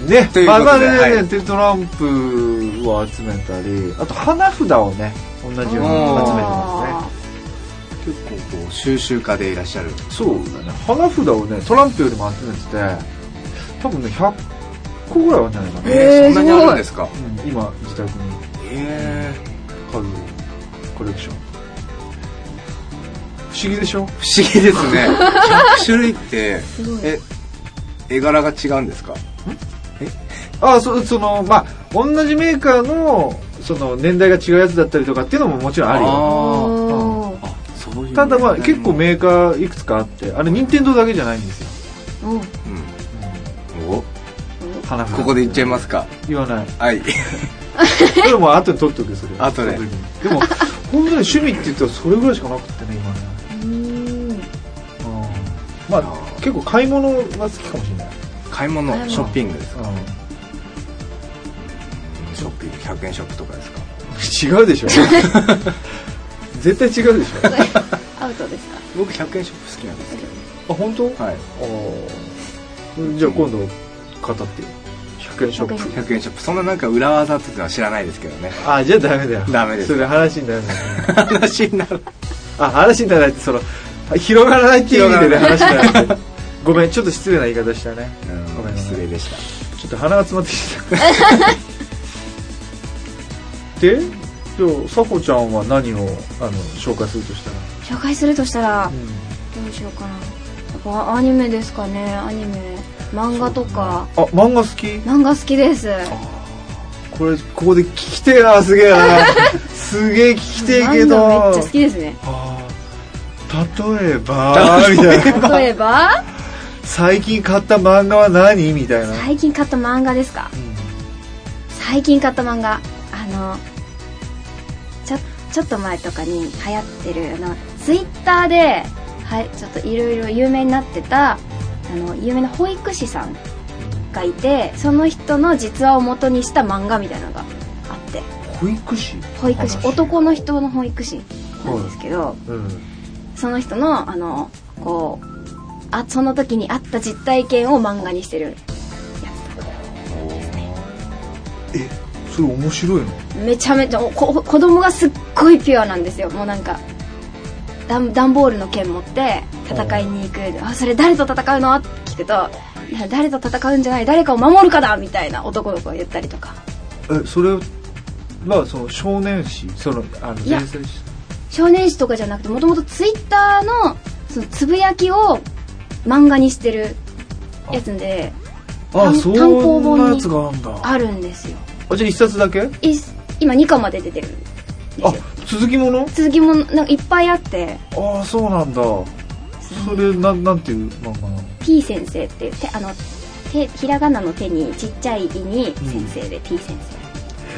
ね
ということで
まあまあね、
はい
でトランプを集めたりあと花札をね同じように集めてますね
あ
結構こう収集家でいらっしゃる
そうだね花札をねトランプよりも集めてて多分ね100個ぐらいはあるんじゃないかな、
えー
そんなにあるんですか
うん今自宅に
ええ
数コレクション不思議でしょ
不思議です [LAUGHS] ね100種類って
ーすごい
え絵柄が違うんですか
ああそそのまあ同じメーカーのその年代が違うやつだったりとかっていうのももちろんあるよ
あ
おー
ーあそういう
ただまあ
うん
結構メーカーいくつかあってあれ任天堂だけじゃないんですよ
お
うんお
花札
ここで言っちゃいますか
言わない
はい [LAUGHS]
それも後に取っとくよそれ
後で
取っとくでも本当に趣味って言ったらそれぐらいしかなくってね今ね
うーん
うんまあ結構買い物が好きかもしれない
買い物
買い物
ショッピングですか
うん
ショッピング100円ショップとかですか
違うでしょ [LAUGHS] 絶対違うでしょ
アウトですか
僕100円ショップ好きなんですけ
あ本当？
どはい
じゃあ今度語ってよ100円ショップ
100円ショップそんななんか裏技っていうのは知らないですけどね
あじゃあダメだよ
ダメです
それ話にならない
話になる
あ話にならないってその広がらないっていう意味でね話
広
にならないごめんちょっと失礼な言い方したねごめん
失礼でした
ちょっと鼻が詰まってき [LAUGHS] たでじゃあさほちゃんは何をあの紹介するとしたら、
紹介するとしたらどうしようかなやっぱアニメですかねアニメ漫画とか
あ漫画好き
漫画好きです
これここで聞きてえなすげえな [LAUGHS] すげえ聞きてえけ
漫
ど
画めっちゃ好きですね
あー例えばみたいな
例えば
最近買った漫画は何みたいな、
最近買った漫画ですか最近買った漫画あのちょちょっと前とかに流行ってるあのツイッターではいちょっといろいろ有名になってたあの有名な保育士さんがいてその人の実話を元にした漫画みたいなのがあって
保育士
保育士
話
男の人の保育士なんですけど、
うん
その人のあのこうあその時にあった実体験を漫画にしてる
えそれ面白いの
めちゃめちゃおこ子供がすっごいピュアなんですよもうなんかダン段ボールの剣持って戦いに行く「あそれ誰と戦うの?」って聞くと「いや誰と戦うんじゃない誰かを守るかだ!」みたいな男の子が言ったりとか
えそれはその少年誌そのあの
いや
連載誌
少年誌とかじゃなくてもともとツイッターのそのつぶやきを漫画にしてるやつで
あ
単
そ
単行
んな
本
や
に
つがあんだあ
あるんですよ
じゃあ一冊だけ
い今2巻まで出てるんですよ
あ続きもの
続きもなんかいっぱいあって
ああそうなんだそれなんなんていう漫画なの
P 先生っていう手あの手ひらがなの手にちっちゃい「い」に先生で P 先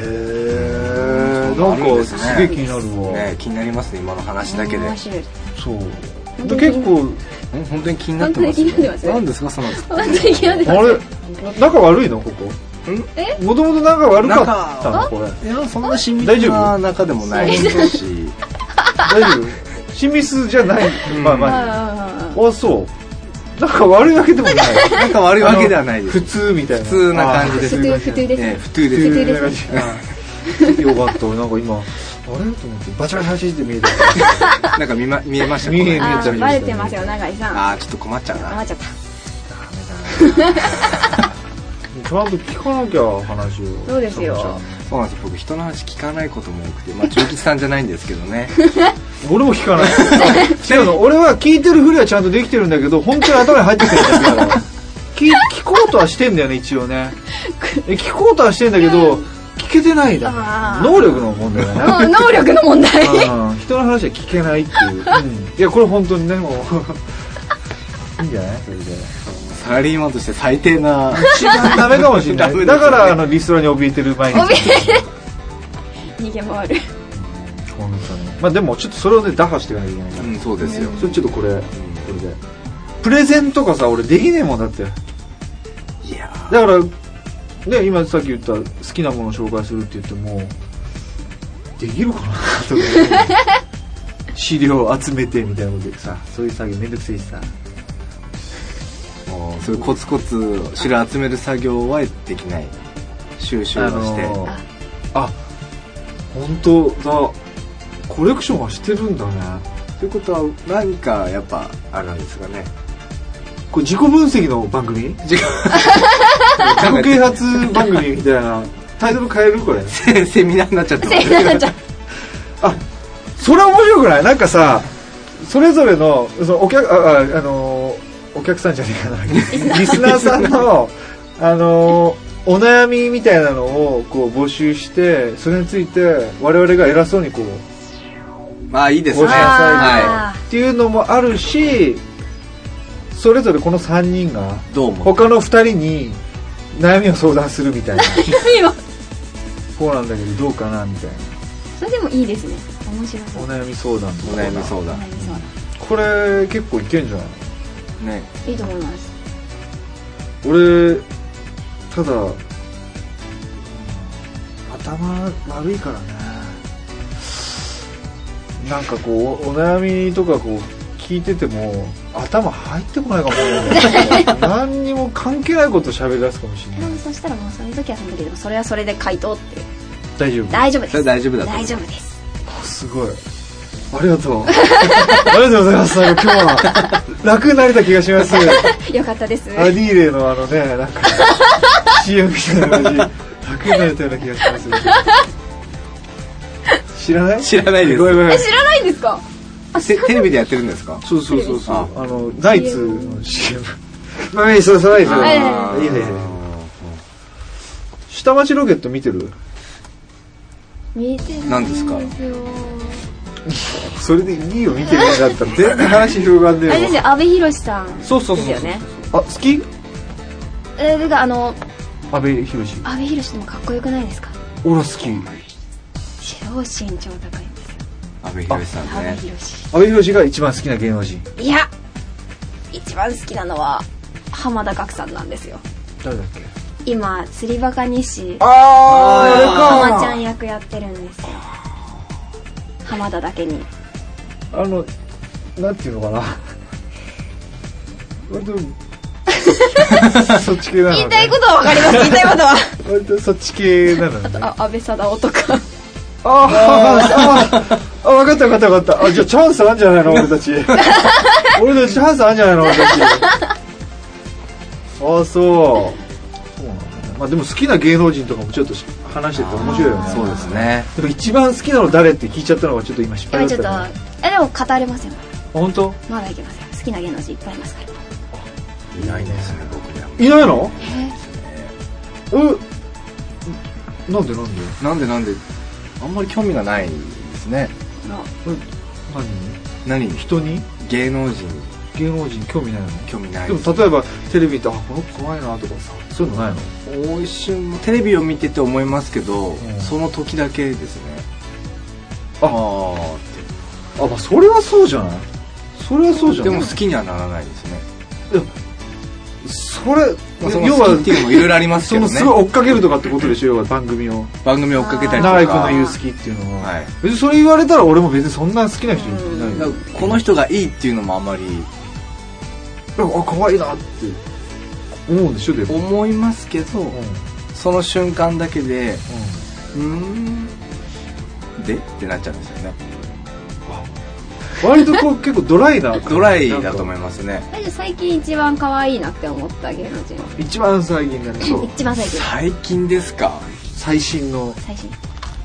へえなんかすげ
そうあるんですね
え気になるわ、
ね気になりますね今の話
生
だけで
面白いです
そう
本当に
結構
うん本当に気になってます
本当に気になってます
何ですかその
本当に嫌で
あれな仲悪いのここ
ん
えもともと仲悪かったの
仲
これ
いやそんな親
密な
大丈夫中でもないし
大
[LAUGHS]
丈夫親密じゃない、
うん
まあまああそう仲悪いわけでもない
仲悪いわけではないです
普通みたいな
普通な感じです
普通普通です
ええ普
普
通
通
です
普通です
ですよかったなんか今あれと思ってバチバチバチって見えた
なんか見,、ま、見えました
見え
これ
見え
あ
ちゃ
ー
う
バレてますよ永井さん
ああちょっと困っちゃう
あ間
な
違っちゃった
ちゃんと聞かなきゃ話を
そうですよ
ちゃん
そうなんです僕人の話聞かないことも多くてまあ中吉さんじゃないんですけどね [LAUGHS]
と俺も聞かない
[LAUGHS]
でも俺は聞いてるふりはちゃんとできてるんだけど本当に頭に入ってきてるだけだから聞聞こうとはしてんだよね一応ねえ聞こうとはしてんだけど聞けてないだ
あー
能力の問題だね
うん能力の問題
うん人の話は聞けないっていう、うんいやこれ本当にねもういいんじゃないそれで
サラリーマンとして最低な
一番ダメかもしれな
ダメ
い
です
だ
ね
からあのリストラに怯えてる毎日
怯えて [LAUGHS] 逃げ回る
本当にまあでもちょっとそれをね打破していかなきゃいけないから、
うんそうですよ
それちょっとこれ、これでプレゼンとかさ俺できねえもんだって
いやー
だからね今さっき言った好きなものを紹介するって言ってもできるかなとか資料を集めてみたいなことでさそういう作業めんどくせえしさ
もうそういうコツコツ資料集める作業はできない収集をして、
あのーあ本当だコレクションはしてるんだね
ということは何かやっぱあれなんですかね
これ自己分析の番組自
時
己
間
啓発番組みたいなタイトル変えるこれ
セミナーになっちゃってます
セイナ [LAUGHS] ナちゃん
それ面白くないなんかさそれぞれのそのお客あああのお客さんじゃねえかなリスナーさんのあのお悩みみたいなのをこう募集してそれについて我々が偉そうにこう
まあいいですね
ごめんなさい
[LAUGHS] は
あ
っていうのもあるしそれぞれこの3人が
いどうも
他の2人に悩みを相談するみ
[LAUGHS]
たいな
ー今
こうなんだけどどうかなみたい
それでもいいですね面白
な
そう
お悩み相談
お
とか
悩み相談
そう
これ結構いけんじゃない
ね
いいと思います
俺ただ頭悪いからねなんかこうおお悩みとかこう聞いてても頭入ってこないかもしれ
[LAUGHS]
ない何にも関係ないこと喋り出すかもしれ
で
ない
もそしたらもうその時はその時でもそれはそれで回答って
大丈夫
大丈夫で
それ
す
大丈夫だと思
大
う
丈夫です [LAUGHS]
すごい。ありがとう。ありがとうございます。なんか今日は楽になれた気がします。
よかったです
アディーレイのあのね、なんか CM みたいな感じ、楽になれたような気がします。知らない
知らないです
ごめんごめん
え。知らないんですか
テ [LAUGHS] テレビでやってるんですか
そうそうそうそう。
あ
あの、ナイツの CM。まあいい、そうそう、いいですよ。
はい
あー
いいねいいね下町ロケット見てる
見えてない
何ですか
よ
それでいいよ、見てなかったら。全然話広がんね
あれで
え
す
よ。
よ阿部寛さん
そうそう
で
そう
す
そう
よ。ね
あ、好き
えー、てかあの
阿部寛。
阿部寛でもかっこよくないですか
俺は好き。
超身長高いんですよ
阿部寛さん
阿
ね
部
阿部寛が一番好きな芸能人
寛いや一番好きなのは浜田岳さんなんですよ
誰だっけ
今釣りバカ西
あー
浜ちゃん役やってるんですよ浜田だけに
あのなんていうのかな [LAUGHS] 割と [LAUGHS] そっち系なの、ね、
言いたいことは分か
[LAUGHS]
ります言いたいことは
割とそっち系なのね [LAUGHS] あ
あ安倍貞夫とか
あああ分かった分かった分かったあじゃあチャンスあんじゃないの俺た [LAUGHS] ち俺たちチャンスあんじゃないの俺た [LAUGHS] ちああそうそうなんだねまあでも好きな芸能人とかもちょっとし話してて面白いよね
そうですね
でも一番好きなの誰って聞いちゃったのがちょっと今失敗
今
だ
ちょ
っ
っと
たから
えでも語れますよ
本当
まだいけますよ好きな芸能人いっぱいいますから
いないですね僕にはい
ないの
え
えなんでなんで
なんでなんであんまり興味がないですね
何
何
人に
芸能人に
芸能人興味ないの
興味ない
でも例えばテレビってあこの子怖いなとかさそういうのないの
一瞬テレビを見てて思いますけど、
ん
その時だけですね
あ
ああ
あまあそれはそうじゃないそれはそうじゃ
で
ない
も好きにはならないですね、
それ、
まあ、その
要
好き
は
っていうのもいろいろあります
そ
けど
の
ね
すごい追っかけるとかってことでしょ要は番組を
番組追っかけたりと
長
か
井君の言う好きっていうのは、
はい
別にそれ言われたら俺も別にそんな好きな人いない
だ
よ
からこの人がいいっていうのもあまり
あ可愛いなって思うんでしょでも、
思いますけど、
うんうん
その瞬間だけでうーんでってなっちゃうんですよね
割とこう結構ドライな
ドライだと思い
す
ますね
大丈夫最近一番可愛いなって思った芸能人は
一番最近だねそう
一番最近
最近ですか
最新の
最新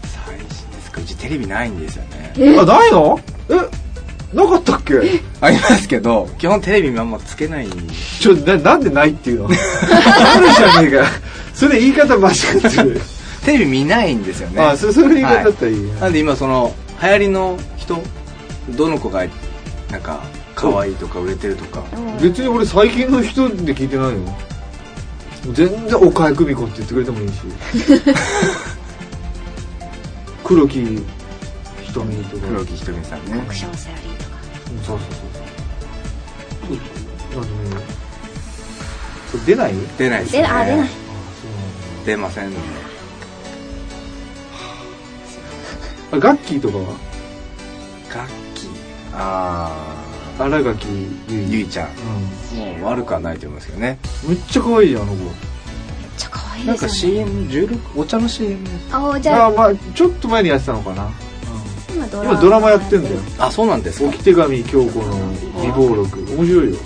最近ですかうちテレビないんですよね
あないのえなかったっけ
ありますけど基本テレビあんまつけない
ちょななんでないっていう [LAUGHS] のあるじゃねえかそれ言い方間違ってる、
テレビ見ないんですよね
あそそれ言い方だったらいいや、
なんで今その流行りの人どの子がなんか可愛いとか売れてるとか
別に俺最近の人で聞いてないよ全然岡井久美子って言ってくれて [LAUGHS] もいいし黒木瞳とか
黒木ひとみさんね
クションセラリーとか
そうそうそうそうあのねこれ出ない
出ないです
出
ね
あ出ない
出ませんね
あガッキーとかは
楽器あ
新垣
あ
結
ゆ
衣
いちゃん
う
もう悪くはないと思いますけどね
ん、めっちゃ可愛いじゃんあの子
めっちゃ可愛い
な
で
んか
すよね
CM16 お茶の CM
あおじゃ
あ
あ
まあちょっと前にやってたのかな、
今ドラマ
今ドラマやってんだよ
あそうなん
「
ですか
置き手紙京子の備忘録」面白いよ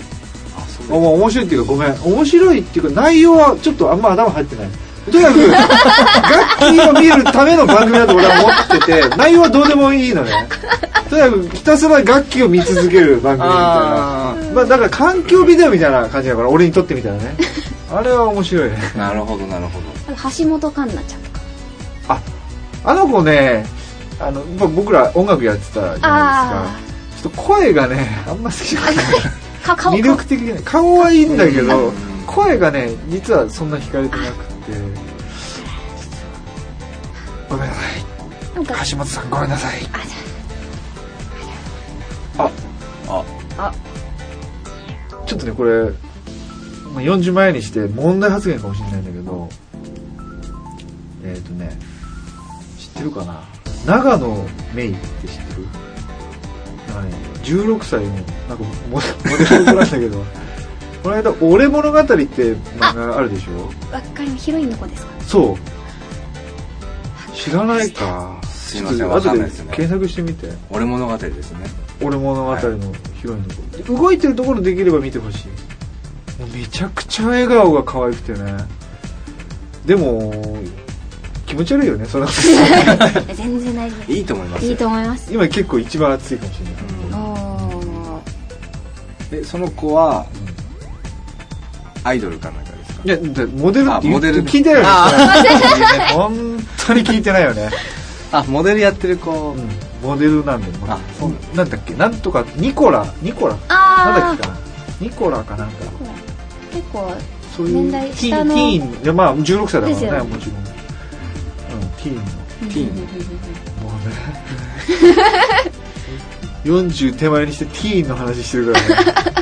あそう
あまあ面白いっていうかごめん面白いっていうか内容はちょっとあんま頭入ってないとにかく楽器を見るための番組だと俺は思ってて内容はどうでもいいのねとにかくひたすら楽器を見続ける番組みたい
あ
なまあだから環境ビデオみたいな感じだから俺にとってみたら
[LAUGHS]
ねあれは面白いね
ーなるほどなるほど
橋本環奈ちゃんとか
あの子ねあのまあ僕ら音楽やってたじゃないですかちょっと声がねあんま好きじゃない
か顔顔
魅力的じゃない顔はいいんだけど声がね実はそんな惹かれてなくてごめんなさい
なんか
橋本さんごめんなさい
あじゃ
あ
ちょっとねこれ、まあ、40前にして問題発言かもしれないんだけどえっ、ー、とね知ってるかな長野メイって知ってるなんかね16歳のなんかモモデルの子なんだけど [LAUGHS] この間「俺物語」って漫画あるでしょ
あわかりますヒロインの子 [LAUGHS] ですか
そう知らないか
すいません
ちょっと
わかん
後
ない
で
ですね
検索してみて
俺物語ですね
俺物語のヒロインの子、動いてるところできれば見てほしいもうめちゃくちゃ笑顔が可愛くてねでも気持ち悪いよねそれは [LAUGHS]
全然大丈夫で
いいと思います
す
よ
いいと思います
今結構一番熱いかもしれない
おー
えその子はアイドルかなんかですか
いやだモデルって
あ
言
モ
っ
デ
て
ル
聞いてないよね [LAUGHS] 本当に聞いてないよね、
あモデルやってる子
うんモデルなんで
あそうな
な
ん
んだっけなんとかニコラニコラなんだ
あ
っけかなニコラかなんか
あ結構
そういう
年代
ティ
下
ーン
の
ティーンいやまあ16歳だ
です
か
よ
ら
ね
ねもちろん、うん、ティーンの
ティーン
もうね [LAUGHS] 40手前にしてティーンの話してるから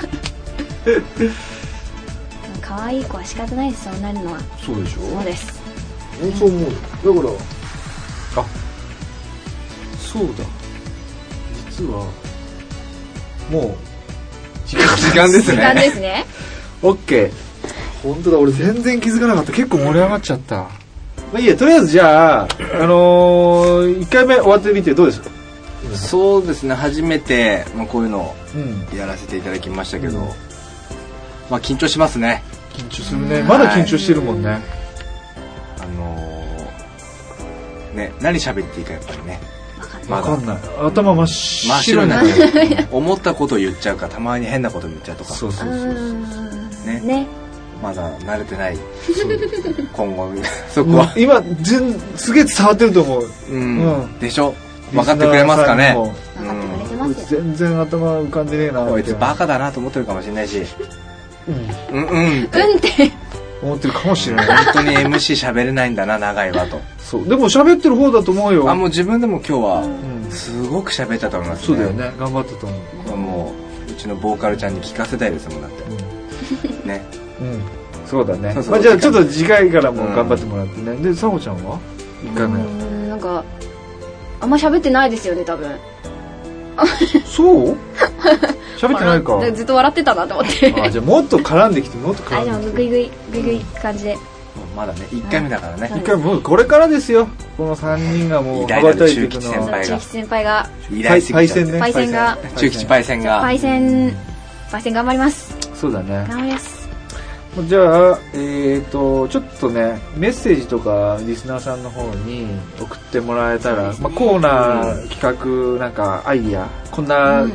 [LAUGHS] ね
可愛い子は仕方ないですそうなるのは
そうでしょ
そうです
そう思うよだからあそうだ実はもう時間
時間です
なん
ね
ですね
オッケー本当だ俺全然気づかなかった結構盛り上がっちゃったまあいいやとりあえずじゃああのー、1回目終わってみてどうですか
そうですね初めて、まあ、こういうの
うん
をやらせていただきましたけど、
うん
まあ緊張しますね
緊張するねまだ緊張してるもんね
あのー、ね何喋っていいかやっぱりねま
わか
だ
んない頭真っ
真っ
白
白
に
に
な
な
る
る [LAUGHS] 思ったことを言っちゃうかたまに変なこと言っちゃうとか
そう
う
そうそうそう
ーん
ね
ね
まだ慣れてない今後そこは、
[LAUGHS] 今ずんすげえ伝わってると思う
うん
うん
でしょ分かってくれますかね
分かってくれて
う
ますよ、
全然頭浮かんでねえなん
こいつバカだなと思ってるかもしれないしうんうんって
うんって
思ってるかもしれない
[LAUGHS] 本当に MC 喋れないんだな長いわと
そうでも喋ってる方だと思うよ
あもう自分でも今日
う
は
ん
すごく喋ったと思います、ね、
そうだよね頑張ったと思う
これもううちのボーカルちゃんに聞かせたいですもんだってね
うんそうだね
そうそう
まあ、じゃあちょっと次回からも頑張ってもらってね、でさほちゃんは行か
う
ない、
んなんかあんま喋ってないですよね多分 [LAUGHS]
そう喋ってないか
んずっと笑ってたなと思って
あじゃあもっと絡んできてもっと
あで
絡
も
んでき
グイグイグイグイ感じで
まだね1回目だからね、
て一回もうこれからですよこの3人がもう
偉大な
羽
る
ばたいていく
中吉
の
先
そ
輩
の
が
中吉先輩が
依頼して
パイ
きちゃ
セ
っ
ン
て
ね
パイセンが
中吉パイセンが
パイセンパイセン頑張ります
そうだね
頑張ります
じゃあえっ、とちょっとねメッセージとかリスナーさんの方に送ってもらえたら、まあ、コーナー企画なんかアイディアこんな、
うん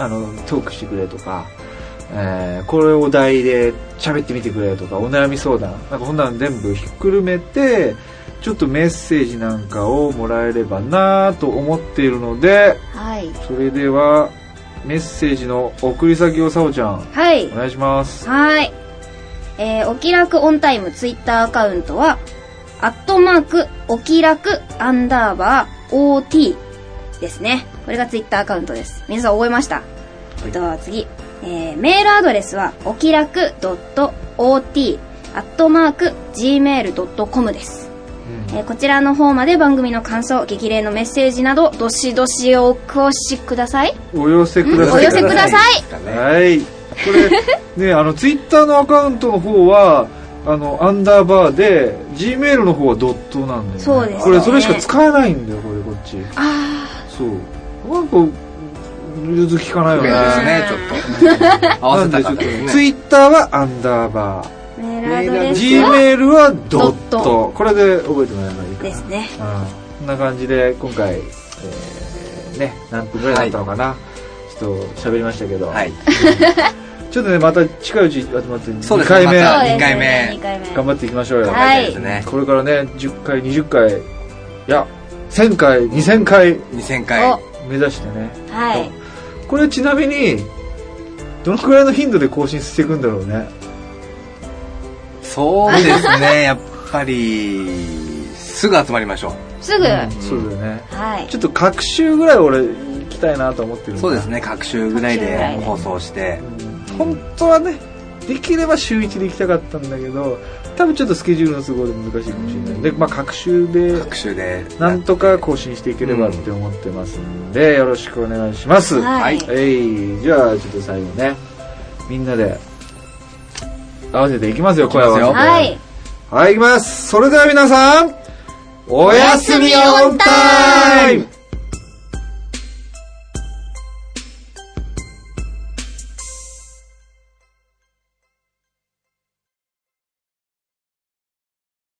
あのトークしてくれとか、えーこれお題で喋ってみてくれとかお悩み相談なんかこんなの全部ひっくるめてちょっとメッセージなんかをもらえればなと思っているので
はい
それではメッセージの送り先をさおちゃん
はい
お願いします
はい。えー、おきらくオンタイムツイッターアカウントは、アットマーク、おきらく、アンダーバー、OT ですね。これがツイッターアカウントです。皆さん覚えました、えっと、次。えー、メールアドレスは、おきらく .ot、アットマーク、gmail.com です。えーこちらの方まで番組の感想、激励のメッセージなど、どしどしお越しください。
お寄せください
お寄せください。
はい。こ
[LAUGHS]
れ、ね、あの、ツイッターのアカウントの方は、あの、アンダーバーで、Gmail の方はドットなんだよ、ね。
そうですね
これ、それしか使えないんだよ、これ、こっち。
あ
そう。なんか、融通聞かないよね。
ですねちょっと合わせたかったですね
ツイッターはアンダーバー。
ーメールアドレスは、
Gmail はドッ
ドッ
ト。これで覚えてもらえばいいかな。
ですね。
うんこんな感じで今回、えーね何分ぐらいだったのかな、ちょっと喋りましたけど、
はい
[LAUGHS] ちょっとねまた近いうちまた
そう
2
ですね
回目、
また
そうですね
二回目
二回目。
頑張っていきましょうよ、
はい
そうですね
これからね10回20回いや1000回2000回
2000回
目指してね
おはい。
これちなみにどのくらいの頻度で更新していくんだろうね
そうですねやっぱりすぐ集まりましょ
すぐ、
そうだよね
はい
ち。ょっと各週ぐらい俺行きたいなと思ってるん
う
だ
そうですね各週ぐらいで放送して
本当はねできれば週1で行きたかったんだけど多分ちょっとスケジュールの都合で難しいかもしれないで、まあ、各週で
各週で
なんとか更新していければって思ってますんで、よろしくお願いします
はい
いじゃあちょっと最後ねみんなで合わせていきますよ声を合わせて
はい。
はい、いきます。それでは皆さん、おやすみオンタイム